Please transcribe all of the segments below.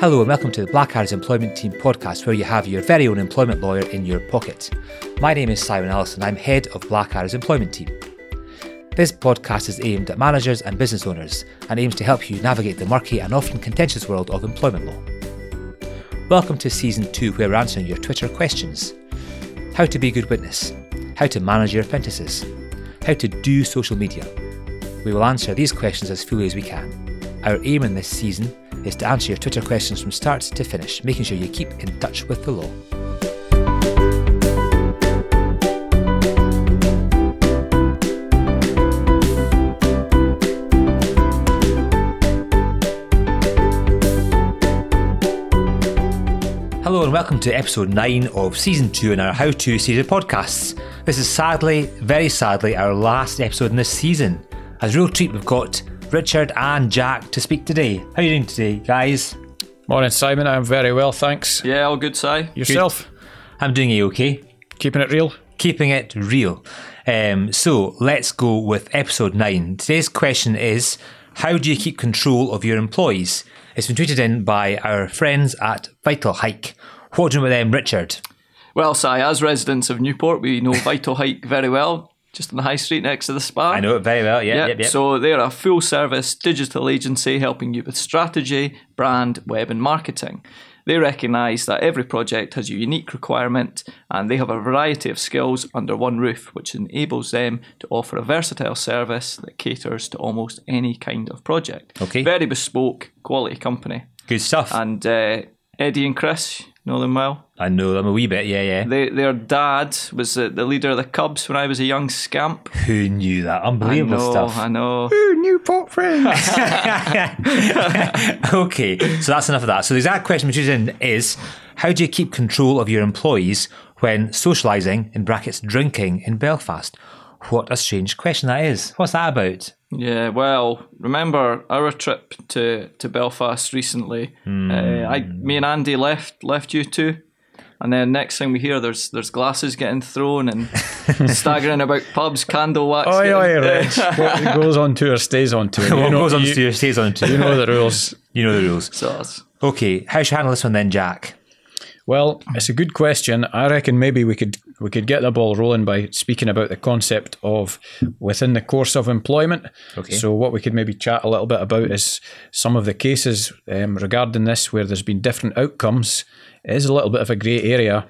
Hello and welcome to the Black Arrows Employment Team podcast, where you have your very own employment lawyer in your pocket. My name is Simon Allison. I'm head of Black Arrows Employment Team. This podcast is aimed at managers and business owners and aims to help you navigate the murky and often contentious world of employment law. Welcome to season two, where we're answering your Twitter questions how to be a good witness, how to manage your apprentices, how to do social media. We will answer these questions as fully as we can. Our aim in this season is to answer your Twitter questions from start to finish, making sure you keep in touch with the law. Hello and welcome to episode 9 of season 2 in our How To series of podcasts. This is sadly, very sadly, our last episode in this season. As a real treat, we've got Richard and Jack to speak today. How are you doing today, guys? Morning, Simon. I'm very well, thanks. Yeah, all good, Si. Yourself? Good. I'm doing a okay. Keeping it real? Keeping it real. Um, so let's go with episode nine. Today's question is How do you keep control of your employees? It's been tweeted in by our friends at Vital Hike. What do you know about them, Richard? Well, Si, as residents of Newport, we know Vital Hike very well just on the high street next to the spa. I know it very well. Yeah, yep. Yep, yep. So they're a full service digital agency helping you with strategy, brand, web, and marketing. They recognise that every project has a unique requirement and they have a variety of skills under one roof, which enables them to offer a versatile service that caters to almost any kind of project. Okay. Very bespoke, quality company. Good stuff. And uh, Eddie and Chris, know them well. I know them a wee bit, yeah, yeah. They, their dad was the, the, leader of the Cubs when I was a young scamp. Who knew that? Unbelievable I know, stuff. I know. Who knew Pop Friends? okay, so that's enough of that. So the exact question which is in is how do you keep control of your employees when socialising, in brackets, drinking in Belfast? What a strange question that is. What's that about? Yeah, well, remember our trip to, to Belfast recently? Hmm. Mm. Uh, I, me and Andy left left you two, and then next thing we hear, there's there's glasses getting thrown and staggering about pubs, candle wax. Oi, getting, oi, Rich! what goes on tour stays on tour. what know, Oh, goes on tour stays on tour. You know the rules. You know the rules. So okay, how should I handle this one then, Jack? Well, it's a good question. I reckon maybe we could we could get the ball rolling by speaking about the concept of within the course of employment. Okay. So what we could maybe chat a little bit about is some of the cases um, regarding this where there's been different outcomes. It is a little bit of a grey area.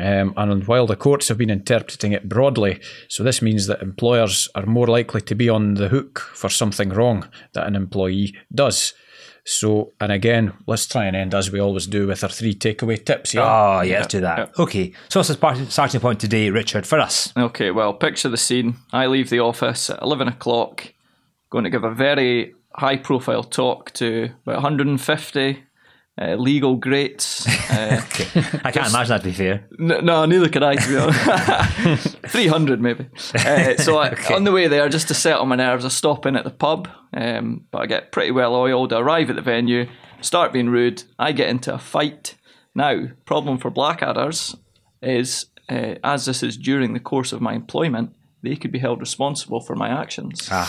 Um, and while the courts have been interpreting it broadly, so this means that employers are more likely to be on the hook for something wrong that an employee does. So, and again, let's try and end as we always do with our three takeaway tips. Yeah. Oh, yeah, let's do that. Yeah. Okay. So, what's the starting point today, Richard, for us? Okay. Well, picture the scene. I leave the office at 11 o'clock, going to give a very high profile talk to about 150 uh, legal greats. Uh, okay. I can't imagine that to be fair. N- no, neither can I, to be honest. 300 maybe. Uh, so I, okay. on the way there, just to settle my nerves, I stop in at the pub, um, but I get pretty well oiled. I arrive at the venue, start being rude. I get into a fight. Now, problem for Blackadders is uh, as this is during the course of my employment, they could be held responsible for my actions. Ah.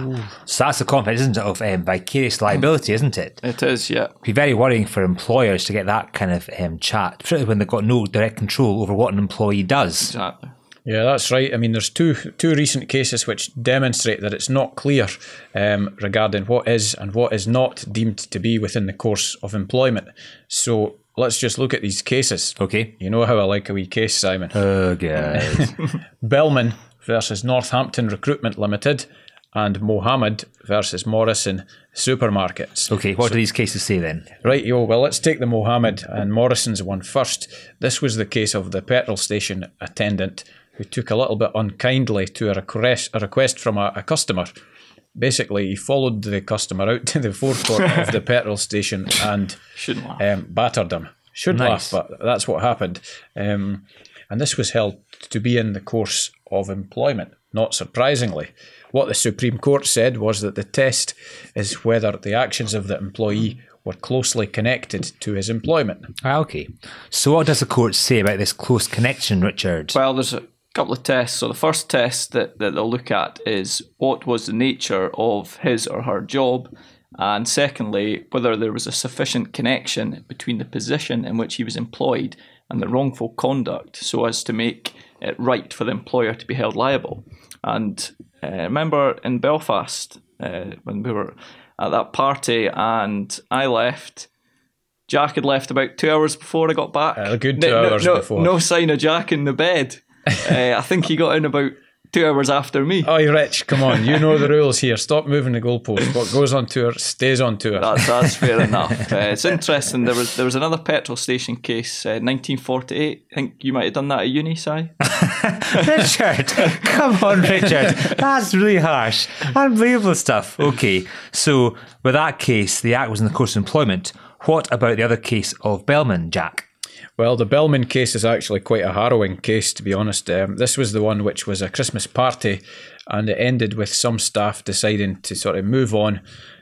Aha. Ooh. So that's the concept, isn't it, of um, vicarious liability, isn't it? It is, yeah. It'd be very worrying for employers to get that kind of um, chat, particularly when they've got no direct control over what an employee does. Exactly. Yeah, that's right. I mean, there's two two recent cases which demonstrate that it's not clear um, regarding what is and what is not deemed to be within the course of employment. So let's just look at these cases. Okay. You know how I like a wee case, Simon. Oh, guys. Bellman versus Northampton Recruitment Limited and Mohammed versus Morrison Supermarkets. Okay, what so, do these cases say then? Right, yo, well, let's take the Mohammed and Morrison's one first. This was the case of the petrol station attendant who took a little bit unkindly to a request, a request from a, a customer. Basically, he followed the customer out to the forecourt of the petrol station and um, battered him. Should Nice. laugh, but that's what happened. Um, and this was held to be in the course of employment, not surprisingly. What the Supreme Court said was that the test is whether the actions of the employee were closely connected to his employment. Ah, okay. So, what does the court say about this close connection, Richard? Well, there's a couple of tests. So, the first test that, that they'll look at is what was the nature of his or her job And secondly, whether there was a sufficient connection between the position in which he was employed and the wrongful conduct so as to make it right for the employer to be held liable. And uh, remember in Belfast, uh, when we were at that party and I left, Jack had left about two hours before I got back. A good two No- no- hours no, before. No sign of Jack in the bed. uh, I think he got in about two hours after me. Oh, you Rich, come on. You know the rules here. Stop moving the goalpost. What goes on tour stays on tour. That's, that's fair enough. Uh, it's interesting. There was there was another petrol station case, uh, 1948. I think you might have done that at uni, Si. Richard, come on, Richard. That's really harsh. Unbelievable stuff. Okay, so with that case, the act was in the course of employment. What about the other case of Bellman, Jack? Well, the Bellman case is actually quite a harrowing case, to be honest. Um, this was the one which was a Christmas party, and it ended with some staff deciding to sort of move on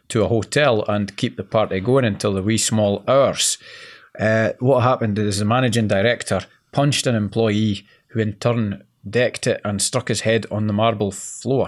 to a hotel and keep the party going until the wee small hours. Uh, what happened is the managing director punched an employee, who in turn decked it and struck his head on the marble floor.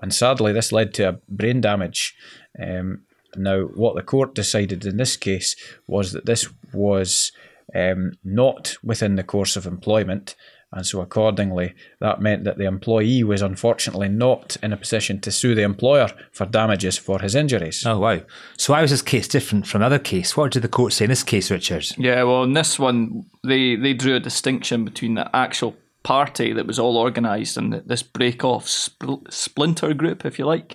And sadly, this led to a brain damage. Um, now, what the court decided in this case was that this was um, not within the course of employment. And so, accordingly, that meant that the employee was unfortunately not in a position to sue the employer for damages for his injuries. Oh, wow. So, how is this case different from another case? What did the court say in this case, Richard? Yeah, well, in this one, they, they drew a distinction between the actual party that was all organised and th this break off spl- splinter group, if you like,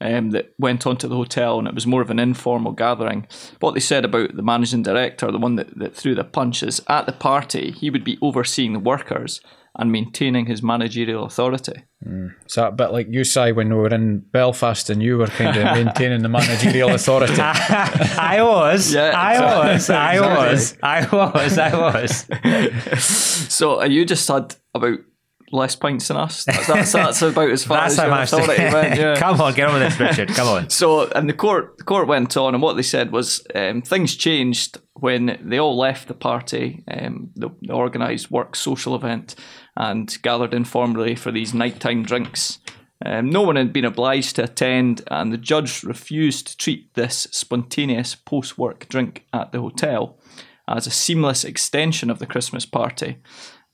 um, that went on to the hotel and it was more of an informal gathering. What they said about the managing director, the one that, that threw the punch, is at the party, he would be overseeing the workers and maintaining his managerial authority. It's that bit like you, Si, when we were in Belfast and you were kind of maintaining the managerial authority. I was. Yeah, I exactly. was. I was. I was. I was. So uh, you just had about less pints than us. That's, that's, that's about as far That's as how your much. To... authority went. Yeah. Come on, get on with this, Richard. Come on. So, and the court the court went on, and what they said was um, things changed when they all left the party, um, the, the organised work social event, and gathered informally for these nighttime drinks. Um, no one had been obliged to attend, and the judge refused to treat this spontaneous post work drink at the hotel as a seamless extension of the Christmas party.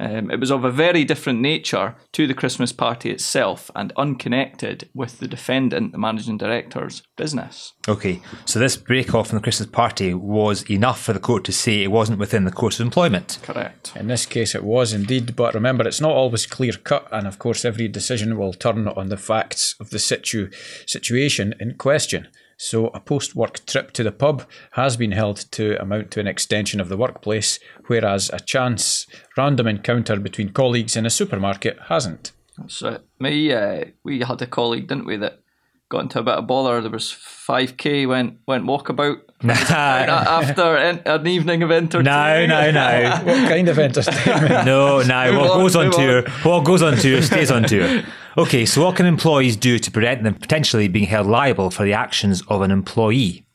Um, it was of a very different nature to the Christmas party itself and unconnected with the defendant, the managing director's business. Okay, so this break off from the Christmas party was enough for the court to say it wasn't within the course of employment. Correct. In this case, it was indeed, but remember, it's not always clear cut, and of course, every decision will turn on the facts of the situ- situation in question. So, a post work trip to the pub has been held to amount to an extension of the workplace, whereas a chance random encounter between colleagues in a supermarket hasn't. So me, uh, we had a colleague, didn't we, that got into a bit of bother. There was five k went went walkabout a- no, after en- an evening of entertainment. no, no. What kind of entertainment? No, no. What on, goes on move tour, what goes on tour stays on tour. Okay, so what can employees do to prevent them potentially being held liable for the actions of an employee?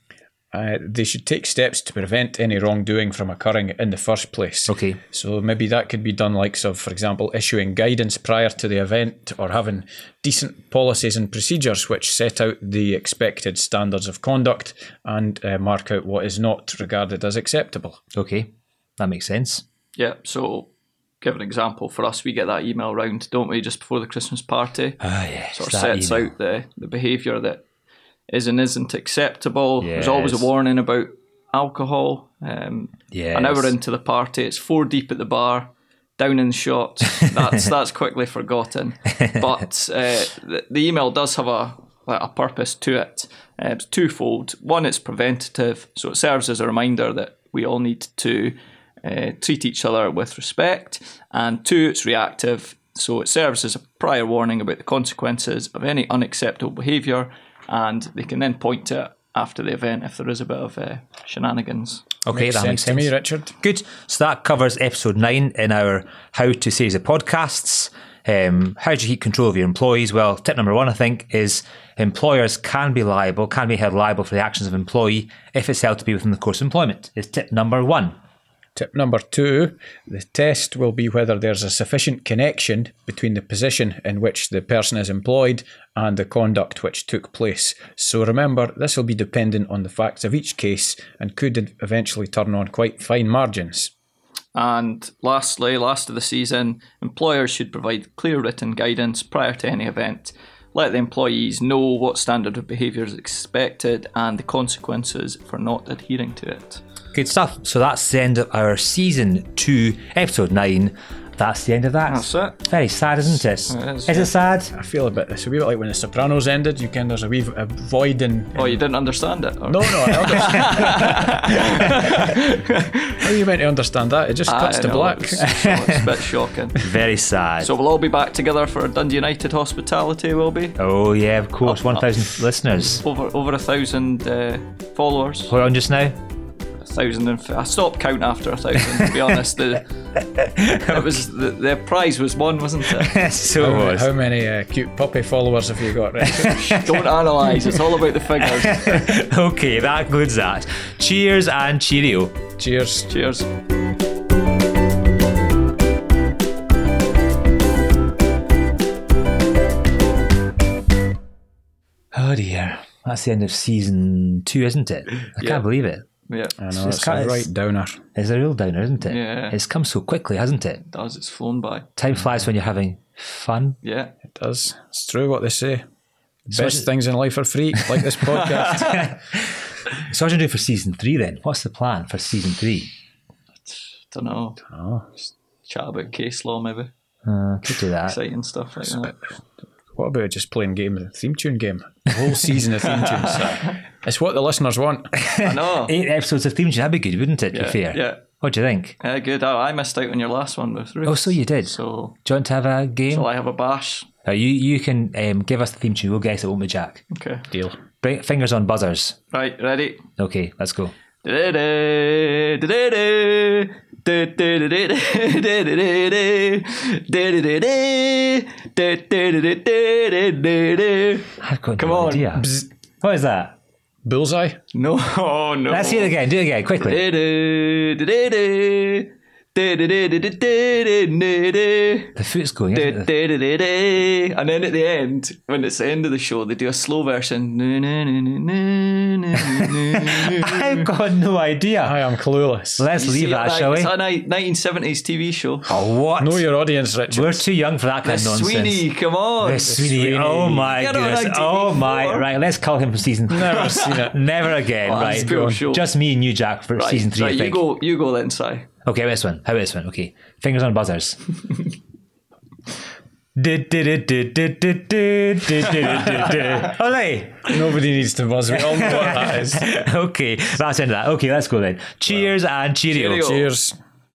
Uh, they should take steps to prevent any wrongdoing from occurring in the first place. Okay. So maybe that could be done, like, of, for example, issuing guidance prior to the event or having decent policies and procedures which set out the expected standards of conduct and uh, mark out what is not regarded as acceptable. Okay, that makes sense. Yeah. So, give an example for us. We get that email round, don't we, just before the Christmas party? Ah, yes. sort of that sets email. out the, the behaviour that is and isn't acceptable. There's always a Yes. warning about alcohol. Um, An Yes. hour into the party, it's four deep at the bar, down in shots. That's that's quickly forgotten. But uh, the, the email does have a like a purpose to it. Uh, it's twofold. One, it's preventative, so it serves as a reminder that we all need to uh, treat each other with respect. And two, it's reactive, so it serves as a prior warning about the consequences of any unacceptable behaviour, and they can then point to it after the event if there is a bit of uh, shenanigans. Okay, that makes to sense. me, Richard. Good. So that covers episode nine in our How to Series of podcasts. Um, how do you keep control of your employees? Well, tip number one, I think, is employers can be liable, can be held liable for the actions of employee if it's held to be within the course of employment. Is tip number one. Tip number two the test will be whether there's a sufficient connection between the position in which the person is employed and the conduct which took place. So remember, this will be dependent on the facts of each case and could eventually turn on quite fine margins. And lastly, last of the season, employers should provide clear written guidance prior to any event. Let the employees know what standard of behaviour is expected and the consequences for not adhering to it. Good stuff. So that's the end of our season two, episode nine. That's the end of that. That's it. Very sad, isn't it? It is, is yeah. it sad? I feel a bit, it's a wee bit like when The Sopranos ended, you can, there's a wee v- a void in. Oh, you didn't understand it? or- No, no, I understand. How are you meant to understand that? It just I cuts to know, black. It's, it's a bit shocking. Very sad. So we'll all be back together for Dundee United Hospitality, will be? oh yeah, of course. One thousand listeners. Over over a thousand uh, followers. We're on just now. A thousand and f- I stopped count after a thousand, to be honest. The, it was the, the prize was won, wasn't it? so oh, How, was. how many uh, cute puppy followers have you got? Right? Don't analyse, it's all about the figures. okay, that concludes that. Cheers and cheerio. Cheers. Cheers. Oh dear. That's the end of season two, isn't it? I Yeah. can't believe it. Yeah, I it it's know, it's kind a of- right downer. It's a real downer, isn't it? Yeah. It's come so quickly, hasn't it? does, it's flown by. Time flies when you're having fun. Yeah. It does. It's true what they say. The it's- best things in life are free, like this podcast. So what are you doing for season three then? What's the plan for season three? Don't know. oh, Chat about case law maybe. Uh, could do that. Exciting stuff like that. what about just playing game, the theme tune game? The whole season of theme tunes. It's what the listeners want. I know. Eight episodes of theme tune, that'd be good, wouldn't it? to Yeah, be fair. yeah. What do you think? Yeah, good. Oh, I missed out on your last one with Ruth. Oh, so you did. So Do you want to have a game? will I have a bash? Uh, you you can um, give us the theme tune. We'll guess it won't be Jack. Okay. Deal. Bring, fingers on buzzers. Right, ready? Okay, let's go. Da-da-da, da-da-da, da-da-da-da-da, da-da-da-da, da-da-da-da, da-da-da-da-da-da-da. I've got Come no on. idea. What is that? Bullseye. No, oh, no. Let's hear it again. Do it again quickly. Da-da, da-da-da, da-da-da-da-da, da-da-da-da. The foot's going. Du- Isn't it? du- du- du- du. And then at the end, when it's the end of the show, they do a slow version. Nu- nu- nu- nu- nu- nu- nu- nu- nu. I've got no idea. I am clueless. Let's You see leave it, that, like, shall we? It's a ni- 1970s TV show. Oh, what? know your audience, Richard. We're too young for that kind of nonsense. Sweeney, come on. Miss Sweeney. Sweeney. Oh my Get on goodness. ITV Oh my. four. Right, let's call him for season three. Never seen it. Never again, Oh, that's right? cool show. Just me and you, Jack, for Right, season three. right, I you think. go, you go then, Si. Okay, this one. How about this one? Okay. Fingers on buzzers. Olay. Nobody needs to buzz. We all know what that is. Okay, that's the end of that. Okay, let's go then. Cheers and cheerio. Cheerio. Cheers.